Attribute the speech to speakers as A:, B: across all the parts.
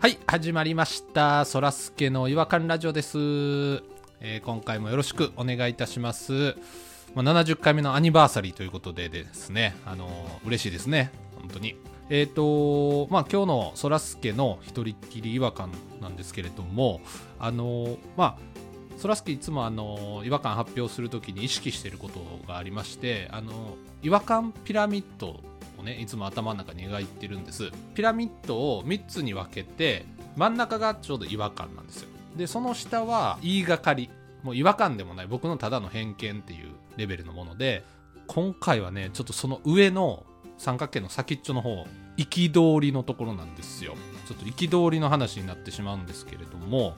A: はい、始まりました。そらすけの違和感ラジオです、えー今回もよろしくお願いいたします。まあ、70回目のアニバーサリーということでですね、あのー嬉しいですね、本当に。えっ、とまあ、今日のそらすけの一人っきり違和感なんですけれども、あのーまあ、そらすけいつもあの違和感発表するときに意識していることがありましてあの違和感ピラミッドをねいつも頭の中に描いてるんですピラミッドを3つに分けて真ん中がちょうど違和感なんですよでその下は言いがかりもう違和感でもない僕のただの偏見っていうレベルのもので今回はねちょっとその上の三角形の先っちょの方憤りのところなんですよちょっと憤りの話になってしまうんですけれども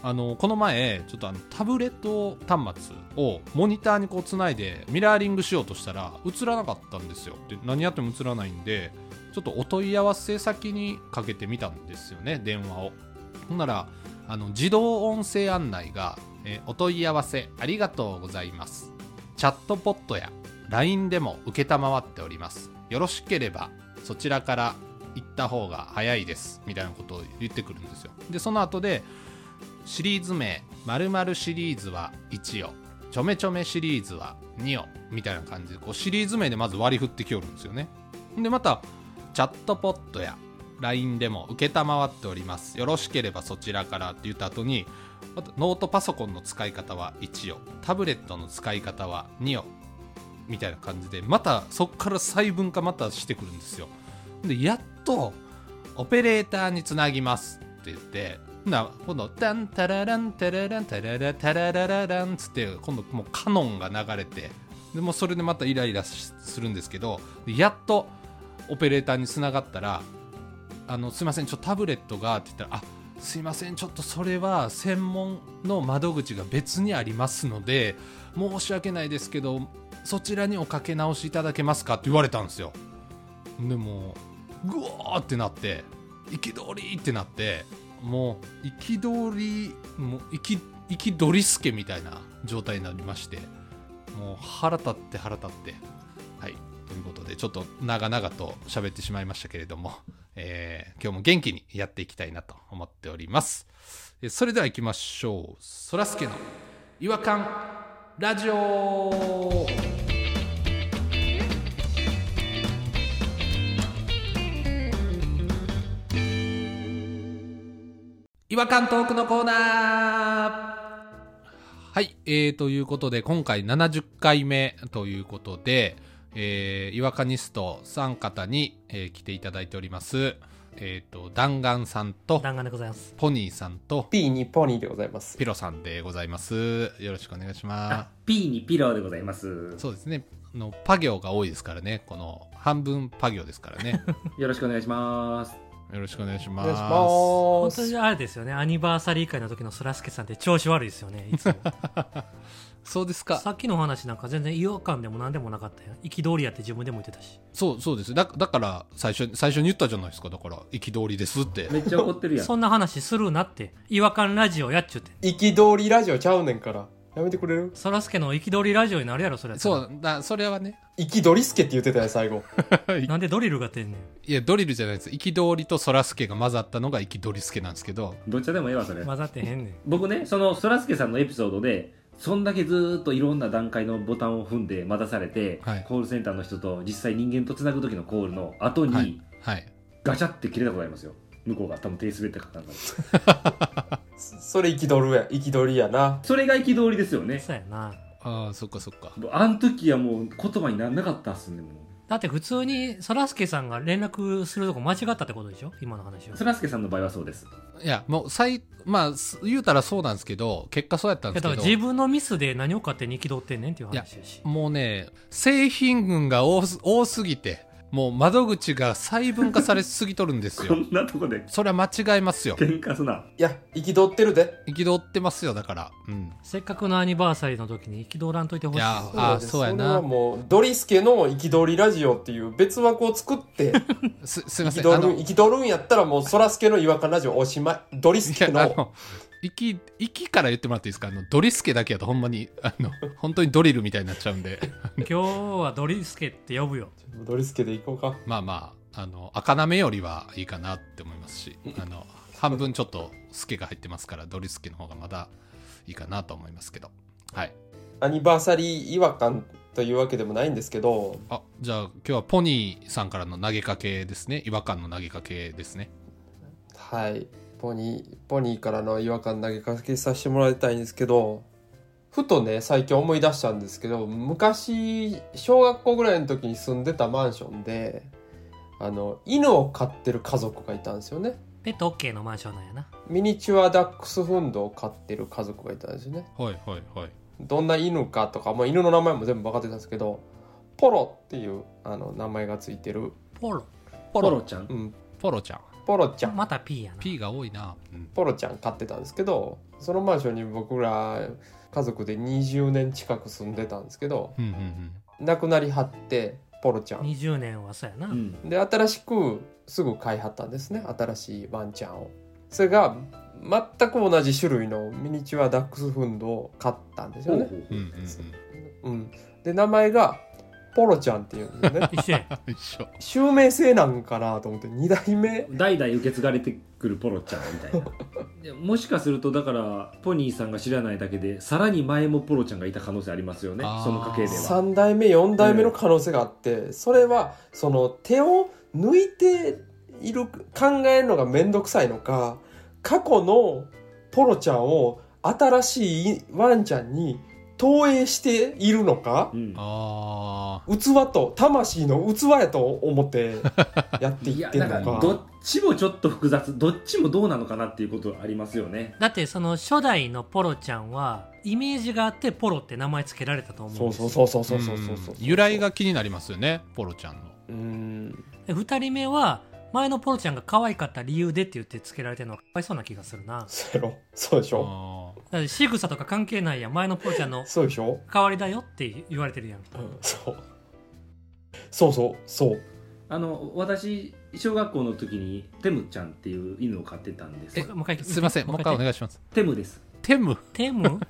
A: あのこの前ちょっとあのタブレット端末をモニターにこうつないでミラーリングしようとしたら映らなかったんですよで何やっても映らないんでちょっとお問い合わせ先にかけてみたんですよね電話をほんならあの自動音声案内が、えーお問い合わせありがとうございます」チャットポットや LINE でも承っております。よろしければそちらから行った方が早いです。みたいなことを言ってくるんですよ。で、その後でシリーズ名〇〇シリーズは1を、ちょめちょめシリーズは2を、みたいな感じでこうシリーズ名でまず割り振ってきよるんですよね。で、またチャットポットや LINE でも承っております。よろしければそちらからって言った後に、またノートパソコンの使い方は1を、タブレットの使い方は2を、みたいな感じで、またそこから細分化またしてくるんですよ。で、やっと、オペレーターにつなぎますって言って、ほな今度、タンタラランタラランタララタラララランつって、今度もうカノンが流れて、でもうそれでまたイライラしするんですけど、でやっとオペレーターにつながったら、あのすいませんちょっとタブレットがって言ったらあすいませんちょっとそれは専門の窓口が別にありますので申し訳ないですけどそちらにおかけ直しいただけますかって言われたんですよでもうぐわーってなって憤りってなってもう憤りもう憤憤りすけみたいな状態になりましてもう腹立って腹立ってはいということでちょっと長々と喋ってしまいましたけれども えー今日も元気にやっていきたいなと思っております。えーそれでは行きましょう。そらすけの違和感ラジオ違和感トークのコーナーはい、えー、ということで今回70回目ということで、えー、違和感ニスト3方に、えー来ていただいております、えー、と弾丸さんと
B: 弾丸でございます。
A: ポニーさんと
C: P にポニーでございます。
A: ピロさんでございますよろしくお願いしま
D: P にピローでございます
A: す。そうですねあのパ行が多いですからねこの半分パ行ですからね
D: よろしくお願いします。
A: よろしくお願いし
C: お
A: ま
C: 願いし
A: す
B: 本
C: ます。
B: 当にあれですよね、アニバーサリー会の時のそらすけさんって調子悪いですよね、いつも。
A: そうですか
B: さっきのお話なんか全然違和感でも何でもなかったよ。憤りやって自分でも言ってたし。
A: そうそうですだだから最初に最初に言ったじゃないですかだから憤りですって
D: めっちゃ怒ってるやん。
B: そんな話するなって、違和感ラジオやっちゅうて。
C: 憤りラジオちゃうねんから。やめてくれる
B: そらすけの憤りラジオになるやろ、それやった
A: そ
B: ら
A: うだそれはね
C: 憤りすけって言ってたよ、最後。
B: なんでドリルが出んねん。
A: いやドリルじゃないです憤りとそらすけが混ざったのが憤りすけなんですけど
D: どっちでもええわ、それ。
B: 混ざってへんねん。
D: 僕ね、その、そらすけさんのエピソードで、そんだけずーっといろんな段階のボタンを踏んで待たされて、
A: はい
D: コールセンターの人と実際人間と繋ぐ時のコールの後に、
A: はいはい
D: ガチャって切れたことありますよ。向こうが多分手滑ってかったんだけど
C: そそれ憤るや、憤りやな。
D: それが憤りですよね。
B: そうやな。
A: ああそっかそっか
D: あの時はもう言葉にならなかったっすね、もう。
B: だって普通にそらすけさんが連絡するとこ間違ったってことでしょ今の話は
D: そ。らすけさんの場合はそうです。
A: いやもう最まあす言うたらそうなんですけど結果そうやったんで
B: だ
A: すけ
B: から
A: ど
B: 自分のミスで何を勝手に憤ってんねんっていう話やし。
A: もうね製品群が多す多すぎてもう窓口が細分化されすぎとるんです
D: こ
A: よ
D: んなとこで
A: それは間違いますよ
D: 喧嘩すな。
C: いや、憤ってるで。
A: 憤ってますよだからうん
B: せっかくのアニバーサリーの時に憤らんといてほし
A: い
B: い。
A: やあーそうや
C: れは
A: な
C: もう、ドリスケの憤りラジオっていう別枠を 作って、
A: すすいませんあ
C: 憤
A: の
C: るん、憤るんやったらもう、そらすけの違和感ラジオおしまい。ドリス
A: いや
C: ケ
A: あ
C: の、
A: の息息から言ってもらっていいですかあのドリスケだけやとほんまにあの本当にドリルみたいになっちゃうんで
B: 今日はドリスケって呼ぶよ。
C: ドリスケでいこうか。
A: まあまああの赤なめよりはいいかなって思いますしあの半分ちょっとスケが入ってますからドリスケの方がまだいいかなと思いますけどはい
C: アニバーサリー違和感というわけでもないんですけど、
A: あじゃあ今日はポニーさんからの投げかけですね違和感の投げかけですね
C: はい。ポニー、ポニーからの違和感投げかけさせてもらいたいんですけど、ふとね、最近思い出したんですけど、昔、小学校ぐらいの時に住んでたマンションで、あの、犬を飼ってる家族がいたんですよね。
B: ペット OK のマンションなんやな。
C: ミニチュアダックスフンドを飼ってる家族がいたんですよね。
A: はいはいはい
C: どんな犬かとか、もう犬の名前も全部分かってたんですけど、ポロっていうあの名前がついてる、
B: ポロ。
A: ポ
D: ロ
A: ロ
D: ちゃん
C: う。ん、
A: ポロちゃん
C: ポロちゃん。
B: また P やな。
A: P が多いな、うん、
C: ポロちゃん飼ってたんですけどそのマンションに僕ら家族で20年近く住んでたんですけど
A: うんうんうん
C: 亡くなりはってポロちゃん
B: 20年はそうやな。
D: うん。
C: で新しくすぐ飼いはったんですね新しいワンちゃんをそれが全く同じ種類のミニチュアダックスフンドを飼ったんです
D: ほ
C: よ
D: う
C: ね、
D: ほう
A: う
D: ほ
A: んう
D: うん
C: うん、で名前がポロちゃんっていうんで すね
B: 一緒や。
A: うん一緒
C: 襲名制なんかなと思って2代目
D: 代々受け継がれてくるポロちゃんみたいな でもしかするとだからポニーさんが知らないだけでさらに前もポロちゃんがいた可能性ありますよね
A: あー
D: その家系では
C: 3代目4代目の可能性があって、それはその手を抜いている考えるのが面倒くさいのか過去のポロちゃんを新しいワンちゃんに投影しているのか
D: うん
A: あ
C: 器と魂の器やと思 ってやって
D: い
C: い
D: や
C: ってる
D: な
C: のか
D: んかどっちもちょっと複雑どっちもどうなのかなっていうことありますよね
B: だってその初代のポロちゃんは、イメージがあってポロって名前つけられたと思うん
C: そう
B: です
C: そ
B: よ
C: うそうそう
A: ー
C: そうそうそうそう
A: うん由来が気になりますよねポロちゃんの
C: うん
B: で二人目は、前のポロちゃんが可愛かった理由でって言ってつけられてるのがかわいそうな気がするな。
C: そうやろそうでしょ
A: あー
B: だって仕草とか関係ないやん。前のポロちゃんの
C: そうでしょ、
B: 代わりだよって言われてるやん。
C: うん、そうそうそうそう
D: あの私小学校の時にテムちゃんっていう犬を飼ってたんです
B: もう一回
A: すいません もう一回お願いします
D: テムです
A: テム
B: テム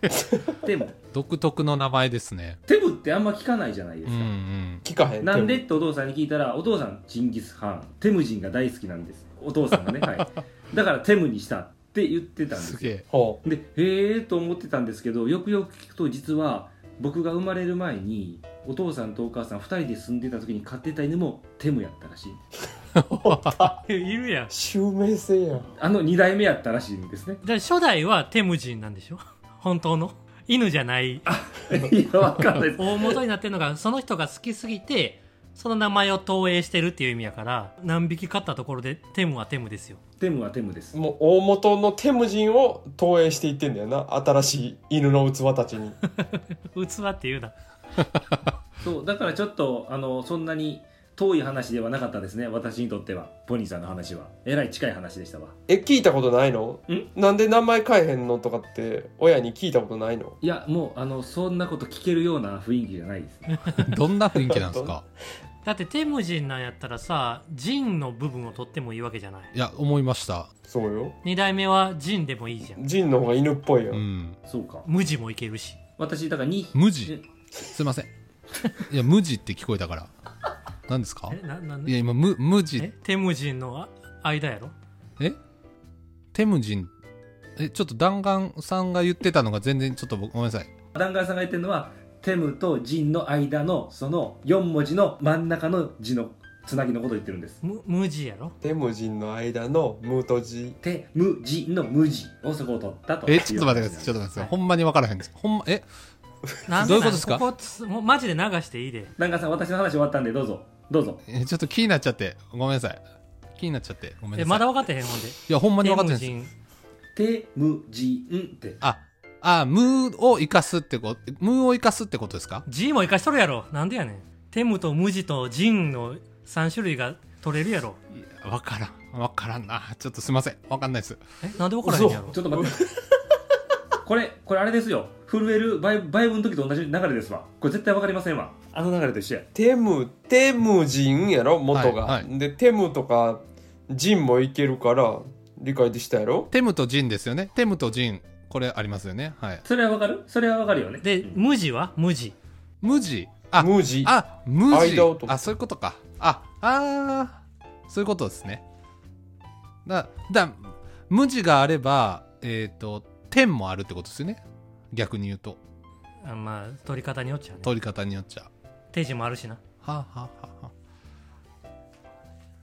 D: テム
A: 独特の名前ですね
D: テムってあんま聞かないじゃないで
A: う
D: す
A: ん
D: か、
A: うん
C: 聞かへん
D: なんでってお父さんに聞いたらお父さんチンギス・ハンテム人が大好きなんですお父さんがねはいだからテムにしたって言ってたんです
A: す
D: よ
A: げえ
C: ほ
D: でへえと思ってたんですけどよくよく聞くと実は僕が生まれる前にお父さんとお母さん2人で住んでた時に飼ってた犬もテムやったらしい
B: いるやん
C: う。襲名制やん
D: あの2代目やったらしいんですね
B: だから初代はテム人なんでしょ本当の。犬じゃない。
D: いやわかんないです
B: 大元になってるのが、その人が好きすぎて、その名前を投影してるっていう意味やから、何匹飼ったところで、テムはテムですよ。
D: テムはテムです
C: もう大元のテムジンを投影していってんだよな新しい犬の器たちに
B: 器って言うな。
D: そうだからちょっとあのそんなに遠い話ではなかったですね私にとってはポニーさんの話はえらい近い話でしたわ
C: え聞いたことないの
D: ん
C: なんで名前変えへんのとかって親に聞いたことないの
D: いやもうあのそんなこと聞けるような雰囲気じゃないですね
A: どんな雰囲気なんです か
B: だってテム人なんやったらさ、人の部分を取ってもいいわけじゃない。
A: いや思いました
C: そうよ
B: 二代目は人でもいいじゃん。
C: ジンの方が犬っぽいよ、
A: うん
D: そうか
B: 無地もいけるし。
D: 私だからに
A: 無地すい ませんいや無地って聞こえたから何ですか
B: え、な、なん
A: い
B: で
A: や今無無
B: え
A: 地
B: テム人のあ間やろ
A: えテムジンえちょっと弾丸さんが言ってたのが全然ちょっと僕ごめんなさい
D: 弾丸さんが言ってるのはテムとジンの間のその4文字の真ん中の字のつなぎのことを言ってるんです
B: 無無地やろ
C: テムジンの間のムートジ
D: テムジンの無字をそこを取ったと
A: えちょっと待ってくださいちょっと待ってください、
B: はい
A: ほんまに分からへんですほんまえ
B: なん
A: どういうことですか
B: なんここつもうマジで流していいで。
D: 弾丸さん私の話終わったんでどうぞどうぞ
A: えちょっと気になっちゃってごめんなさい気になっちゃってごめんなさ
B: え、
A: い
B: まだ分かってへんほんで。
A: いやほんまに
B: テ
A: 分かっ
B: ム
A: てないです
B: 人。
D: テムジンって
A: ああ無を生かすってこと無を生かすってことですか
B: ジンも生かしとるやろ。なんでやねん。テムと無地とジンの3種類が取れるやろ。
A: いや分からん分からんなちょっとすいません分かんないです
B: え、なんで分からへんのやろ
D: ち。ょっ と待ってこれこれあれですよ震えるバイバイブの時と同じ流れですわこれ絶対わかりませんわあの流れと一緒や
C: テムテムジンやろ元が、
A: はいは
C: でテムとかジンもいけるから理解できたやろ
A: テムとジンですよねテムとジンこれありますよねはい
D: それはわかるそれはわかるよね
B: で、
D: うん
B: 無地は無地。
A: 無地あ
C: ムージ
A: あ無地
C: 間を取る
A: あそういうことかああーそういうことですねだだ無地があれば、えっ、と、点もあるってことですよね。逆に言うと。
B: あまあ取り方によっちゃね
A: 取り方によっちゃ。
B: 手順もあるしな
A: はあ、はあはあはあ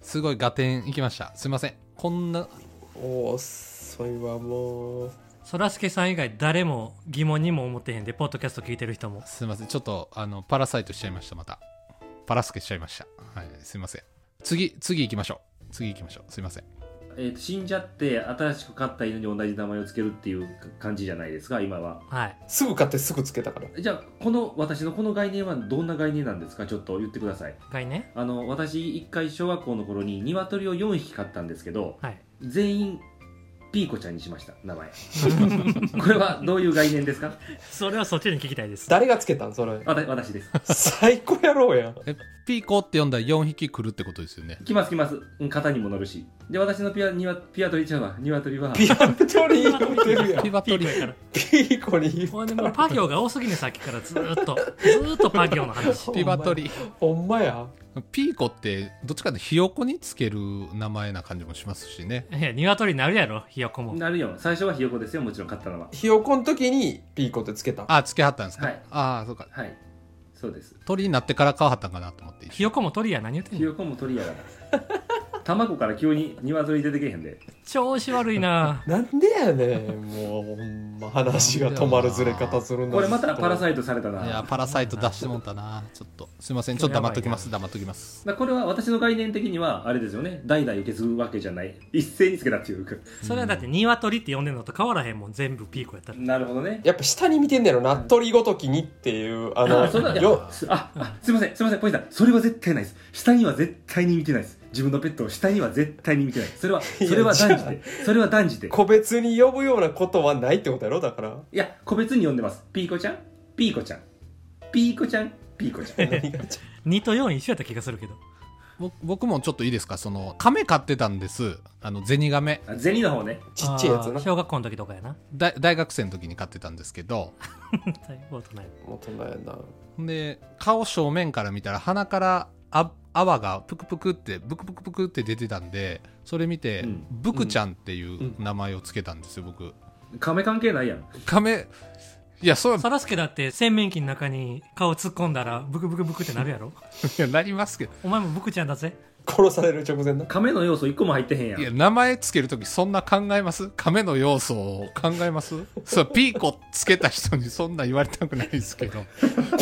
A: すごい合点いきました。すいません。こんな、
C: おおそれはもう
B: そらすけさん以外誰も疑問にも思ってへんでポッドキャスト聞いてる人も
A: すいません。ちょっと、あの、パラサイトしちゃいました、また。パラスケしちゃいました。はい、すいません。次、次行きましょう。次行きましょう。すいません。
D: えーと死んじゃって新しく飼った犬に同じ名前をつけるっていう感じじゃないですか今は
B: はい
C: すぐ買ってすぐつけたから
D: じゃあこの私のこの概念はどんな概念なんですかちょっと言ってください
B: 概念
D: あの私一回小学校の頃に鶏を4匹飼ったんですけど
B: はい
D: 全員ピーコちゃんにしました名前 これはどういう概念ですか
B: それはそっちに聞きたいです
C: 誰がつけたんそれ
D: わた私です
C: 最高やろうやん
A: え、ピーコって呼んだら4匹来るってことですよね。
D: 来ます来ますうん肩にも乗るしで私のピアニワピアトリちゃんはニワトリは
C: ピアノトリー言うてるやん
A: ピバト
B: ピー
A: リ
B: コやから
C: ピーコに言う
B: ほんでもうパ行が多すぎねさっきからずーっとずーっとパ行 の話
A: ピバトリ
C: ほんまや
A: ピーコってどっちかってひよこにつける名前な感じもしますしね
B: いや鶏になるやろひよこも
D: なるよ最初はひよこですよもちろん飼ったのは
C: ひよこん時にピーコってつけた
A: あつけはったんですか、
D: はい
A: ああそうか
D: はいそうです
A: 鳥になってから買わはったんかなと思って
B: ひよこも鳥や何言ってん
D: ひ
B: の
D: よこも鳥やから卵から急にニワトリ出てけへんで
B: 調子悪いな
C: なんでやねんもうほんま話が止まるずれ方するんだ
D: これまたパラ
C: イ
D: サイトされたない
A: やパラサイト出してもんたなちょっとすいませんちょっと黙っときます黙っときます
D: だからこれは私の概念的にはあれですよね代々受け継ぐわけじゃない一斉につけたっていうか
B: それはだって鶏って呼んでんのと変わらへんもん全部ピーコやったら
D: なるほどね
C: やっぱ下に見てんねやろな鳥ごときにっていうあの
D: あそうだいや
C: よ
D: すああすいませんすいませんポインさんそれは絶対ないです下には絶対に見てないです自分のペットを下には絶対に見てないそれはそれは断
C: じ
D: じ
C: ゃ
D: てそれは断じて
C: 個別に呼ぶようなことはないってことやろだから
D: いや個別に呼んでますピーコちゃんピーコちゃんピーコちゃんピーコちゃん
C: 何がち
B: 2と4一緒やった気がするけど
A: ぼ僕もちょっといいですかその亀飼ってたんですあのゼニガメ
D: あ銭の方ね
C: ちっちゃいやつ
B: あー
C: な
B: 小学校の時とかやな
A: だ大学生の時に飼ってたんですけど
B: だいぶ大人や
C: もうとんだやな
A: で顔正面から見たら鼻からあ泡がプクプクってブクブクブクって出てたんでそれ見て、
D: うん
A: ブクちゃんっていう名前をつけたんですよ僕
D: 亀関係ないやん
A: 亀いやそれは
B: サラスケだって洗面器の中に顔突っ込んだらブクブクブクってなるやろ
A: いやなりますけど
B: お前もブクちゃんだぜ
C: 殺される直前な
D: 亀の要素一個も入ってへんやん
A: いや名前つけるときそんな考えます亀の要素を考えますそうピーコつけた人にそんな言われたくないですけど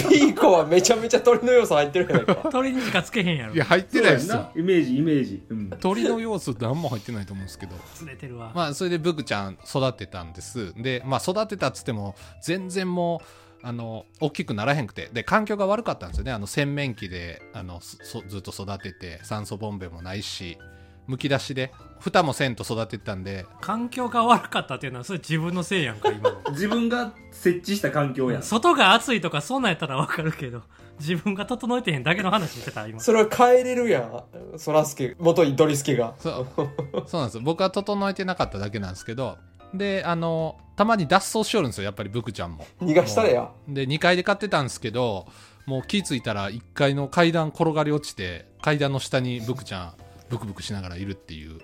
C: ピーコはめちゃめちゃ鳥の要素入ってるやないか
B: 鳥にしかつけへんやろ
A: いや入ってないです
D: そうや
A: よ
D: んイメージイメージ、 うん、
A: 鳥の要素何も入ってないと思うんですけど
B: 釣れてる わ、
A: まあそれでブクちゃん育てたんですでまあ育てたっつっても全然もうあの大きくならへんくてで環境が悪かったんですよねあの洗面器であのそずっと育てて酸素ボンベもないしむき出しで蓋もせんと育ててたんで
B: 環境が悪かったっていうのはそれ自分のせいやんか今の
D: 自分が設置した環境やん
B: 外が暑いとかそんなんやったらわかるけど自分が整えてへんだけの話してた今
C: それは変えれるやんそらすけ元にドリスケが
A: そうそうなんです僕は整えてなかっただけなんですけどであのたまに脱走しよるんですよやっぱりブクちゃんも
C: 逃がしたれや
A: で2階で買ってたんですけどもう気付いたら1階の階段転がり落ちて階段の下にブクちゃんブクブクしながらいるっていう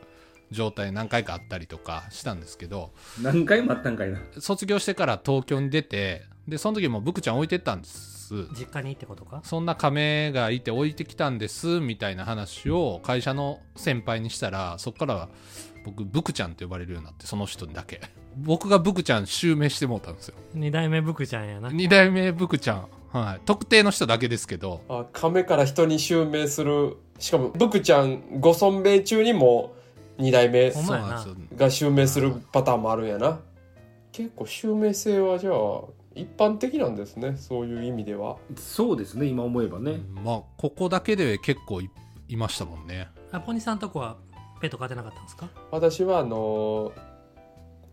A: 状態何回かあったりとかしたんですけど
D: 何回もあったんかいな
A: 卒業してから東京に出てでその時もブクちゃん置いてったんです
B: 実家にってことか
A: そんな亀がいて置いてきたんですみたいな話を会社の先輩にしたらそっからは僕ブクちゃんって呼ばれるようになってその人にだけ僕がブクちゃん襲名してもうたんですよ
B: 二代目ブクちゃんやな
A: 2代目ブクちゃんはい特定の人だけですけど
C: あ亀から人に襲名するしかもブクちゃんご尊名中にも2代目
B: ほん
A: そ
B: ま
A: う
B: や
A: なん
B: な
A: ですよ
C: が襲名するパターンもあるんやな結構襲名性はじゃあ一般的なんですねそういう意味では
D: そうですね今思えばね
A: まあここだけで結構いいましたもんね
B: アポニさんとこはペット飼ってなかったんですか
C: 私はあの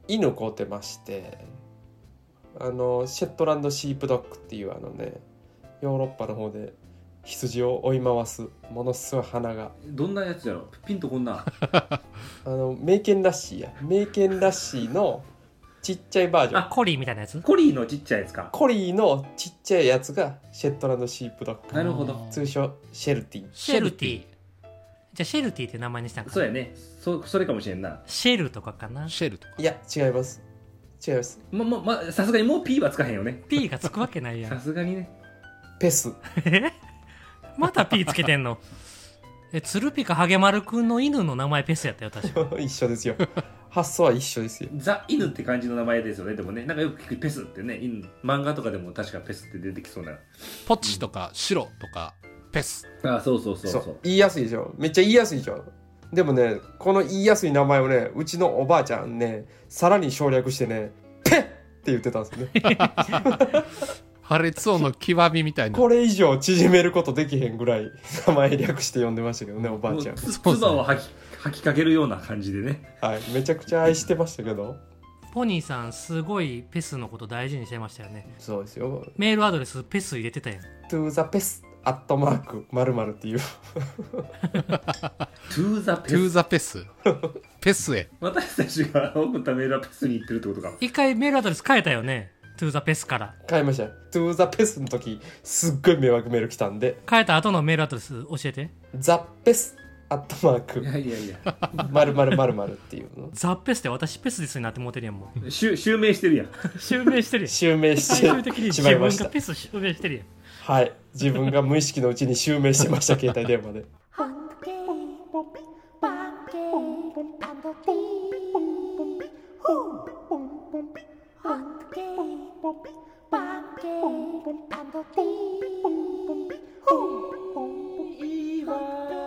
C: 犬飼うてましてあのシェットランドシープドッグっていうあのねヨーロッパの方で羊を追い回すものすごい鼻が
D: どんなやつやろピンとこんな
C: あの名犬ラッシーや名犬ラッシーのちっちゃいバージョン
B: あコリーみたいなやつ
D: コリーのちっちゃいやつか
C: コリーのちっちゃいやつがシェットランドシープドッグ
D: なるほど
C: 通称シェルティ
B: シェルティじゃあシェルティって名前にしたんかな
D: そうやねそそれかもしれんな
B: シェルとかかな
A: シェルとか
C: いや違います違います
D: まままさすがにもう P はつかへんよね
B: P がつくわけないや
D: さ
B: ん
D: すがにね
C: ペス
B: え また P つけてんの え鶴ピカハゲマルくんの犬の名前ペスやったよ確か
C: 一緒ですよ発想は一緒ですよ
D: ザ・犬って感じの名前ですよねでもねなんかよく聞くペスってね犬漫画とかでも確かペスって出てきそうな
A: ポチとかシロとかペス
D: あそうそうそう
C: そ
D: そうう
C: 言いやすいでしょめっちゃ言いやすいでしょでもねこの言いやすい名前をねうちのおばあちゃんねさらに省略してね「ペッ!」って言ってたんですよね
A: 破裂音の極みみたいな
C: これ以上縮めることできへんぐらい名前略して呼んでましたけどねおばあ
D: もう
C: ちゃん
D: つ
A: そうそう
D: 唾を吐き吐きかけるような感じでね
C: はいめちゃくちゃ愛してましたけど
B: ポニーさんすごいペスのこと大事にしてましたよね
C: そうですよ
B: メールアドレスペス入れてたやん
C: 「to the pest」アットマークまるまるっていう
D: トゥーザ・
A: ト
D: ペ
A: ゥー
D: ス
A: ザペスペスへ
D: 私たちが送ったメールはペスに行ってるってことか
B: 一回メールアドレス変えたよねトゥーザペスから
C: 買いました「to the pest」の時すっごい迷惑メール来たんで
B: 変えた後のメールアドレス教えて
C: 「the pest」アットマーク
D: いやいやいや
C: まるまるまるまるっていうの
B: ザ・ペスで私ペスですになってもうてるやんも
D: 襲襲名してるやん
B: う 襲名してるやん
C: 襲名し
B: 最終的に
C: て
B: 自
C: しまい
B: 分
C: まし
B: が
C: た
B: ペス襲名してるやん
C: はい自分が無意識のうちに襲名してました携帯電話で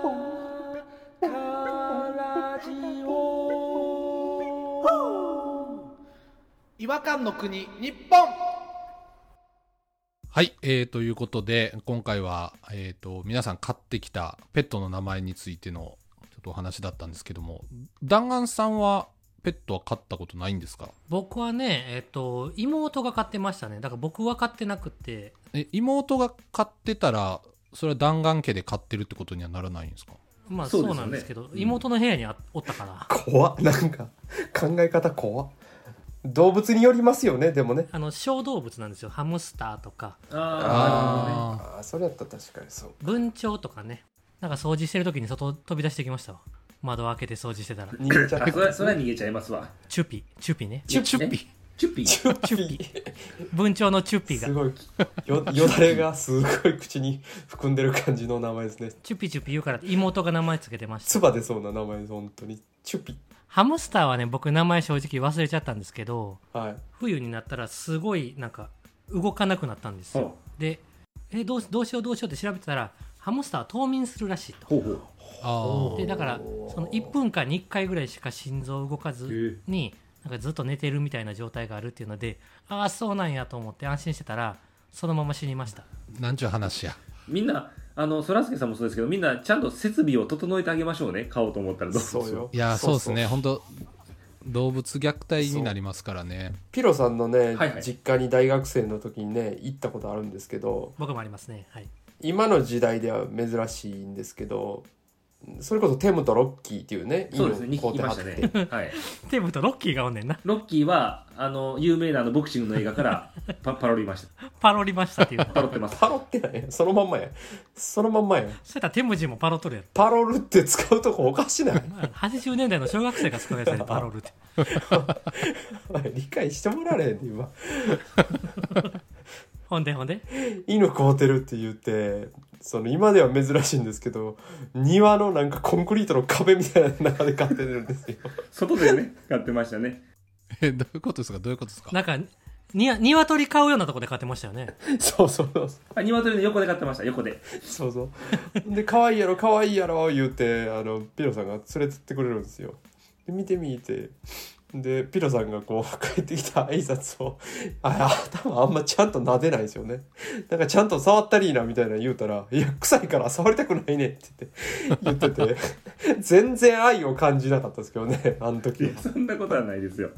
E: Hunky,
F: 違和感の国日本
A: はい、えー、ということで今回は、えー、と皆さん買ってきたペットの名前についてのちょっとお話だったんですけども弾丸さんはペットは飼ったことないんですか
B: 僕はねえっと妹が買ってましたねだから僕は買ってなくて
A: え妹が飼ってたらそれは弾丸家で飼ってるってことにはならないんですか
B: まあ
D: そう
B: そ
D: ですよね
B: うなんですけど妹の部屋にあおったから
C: 怖っなんか考え方怖っ動物によりますよねでもね
B: あの小動物なんですよハムスターとか
D: あ
A: あ
C: あーそれやったら確かにそう
B: 文鳥とかねなんか掃除してる時に外飛び出してきましたわ窓開けて掃除してたら
C: 逃げち
D: あ
C: ゃ
D: な
C: っ
D: るほどねあそれ
C: た
D: それは逃げちゃいますわ
B: チュピチュピね
A: チュチュピ
D: チュッピー
C: チュピ
B: 文鳥のチュピが
C: すごいよよだれがすごい口に含んでる感じの名前ですね
B: チュピチュピ言うから妹が名前つけてました
C: 唾出そうな名前です本当にチュピ
B: ハムスターはね僕名前正直忘れちゃったんですけど
C: はい
B: 冬になったらすごいなんか動かなくなったんですよ
D: ほ
B: でえどうしどうしようどうしようって調べてたらハムスターは冬眠するらしいと
D: ほうほう
A: ああ
B: でだからその1分間に1回ぐらいしか心臓動かずになんかずっと寝てるみたいな状態があるっていうのでああそうなんやと思って安心してたらそのまま死にました
A: ーなんちゅう話や
D: みんなあのそらすけさんもそうですけどみんなちゃんと設備を整えてあげましょうね買おうと思ったらどうぞ
C: そうよ
A: いやーそうですね本当動物虐待になりますからね
C: ピロさんのね、
D: はいはい
C: 実家に大学生の時にね行ったことあるんですけど
B: 僕もありますねはい
C: 今の時代では珍しいんですけどそれこそテムとロッキーっていうね
D: そうですね
C: 犬を飼う
D: 2匹
C: て
D: いま
C: はっ
D: した
C: て、
D: ねはい
B: テムとロッキーがおんねんな
D: ロッキーはあの有名なあのボクシングの映画からパパロりました
B: パロりましたっていう
D: パロってます
C: パロってないやんそのまんまやんそのまんまやん
B: そしたらテムジンもパロっとるやろ
C: パロルって使うとこおかしない
B: 80年代の小学生が少ないですねパロルって
C: 理解してもらえへんで今
B: ほんでほんで
C: 犬飼うてるって言ってその今では珍しいんですけど庭のなんかコンクリートの壁みたいな中で飼ってるんですよ
D: 外でね買ってましたね
A: えどういうことですかどういうことですか
B: なんかに鶏飼うようなとこで飼ってましたよね
C: そうそうそう
D: あ鶏の横で買ってました横で
C: そうそうで可愛いやろ可愛いやろ言うてあのピロさんが連れてってくれるんですよで見てみてでピロさんがこう 帰ってきた挨拶をあ頭あんまちゃんと撫でないんですよねなんかちゃんと触ったりいなみたいなの言うたら「いや臭いから触りたくないね」って言って言ってて全然愛を感じなかったですけどねあの時は本
D: そんなことはないですよ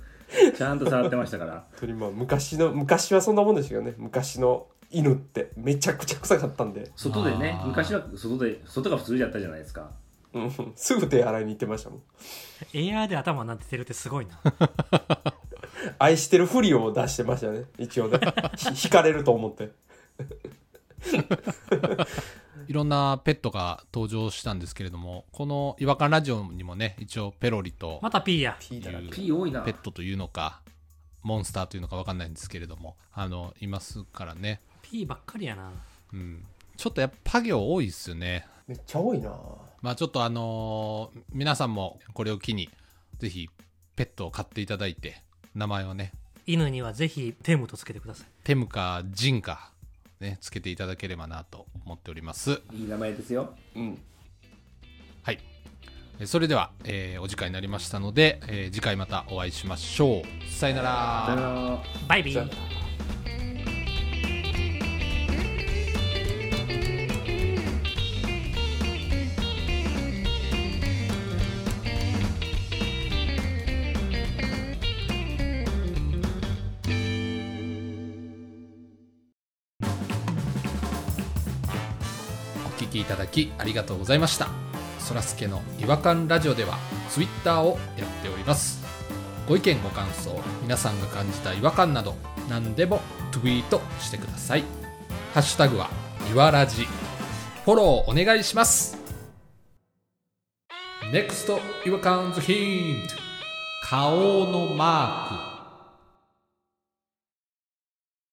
D: ちゃんと触ってましたから
C: 当にまあ昔の昔はそんなもんでしたよね昔の犬ってめちゃくちゃ臭かったんで、
D: 外でね
A: あー
D: 昔は外で外が普通だったじゃないですか
C: うん、すぐ手洗いに行ってましたもん
B: エアーで頭なんててるってすごいな
C: 愛してるふりを出してましたね一応ねひ惹かれると思って
A: いろんなペットが登場したんですけれども、この違和感ラジオにもね、一応ペロリと
B: また P や。
C: ピーだな。
D: P 多いな
A: ペットというのか、モンスターというのかわかんないんですけれども、あの、いますからね。
B: P ばっかりやな。
A: うん。ちょっとやっぱパ行多いっすよね。
C: めっちゃ多いな。
A: まあちょっとあのー皆さんもこれを機に、ぜひペットを飼っていただいて、名前をね、
B: 犬にはぜひテムとつけてください。
A: ペムかジンか、ね、つけていただければなと思っております。
D: いい名前ですよ
C: うん。
A: はい。えそれでは、えーお時間になりましたので、えー次回またお会いしましょう。さよなら。
D: さよなら
B: バイビ
C: じゃあ
B: ー。
A: お聞きいただきありがとうございましたそらすけの違和感ラジオではツイッターをやっておりますご意見ご感想皆さんが感じた違和感など何でもツイートしてくださいハッシュタグはいわらじフォローお願いします NEXT 違和感ズヒント顔のマーク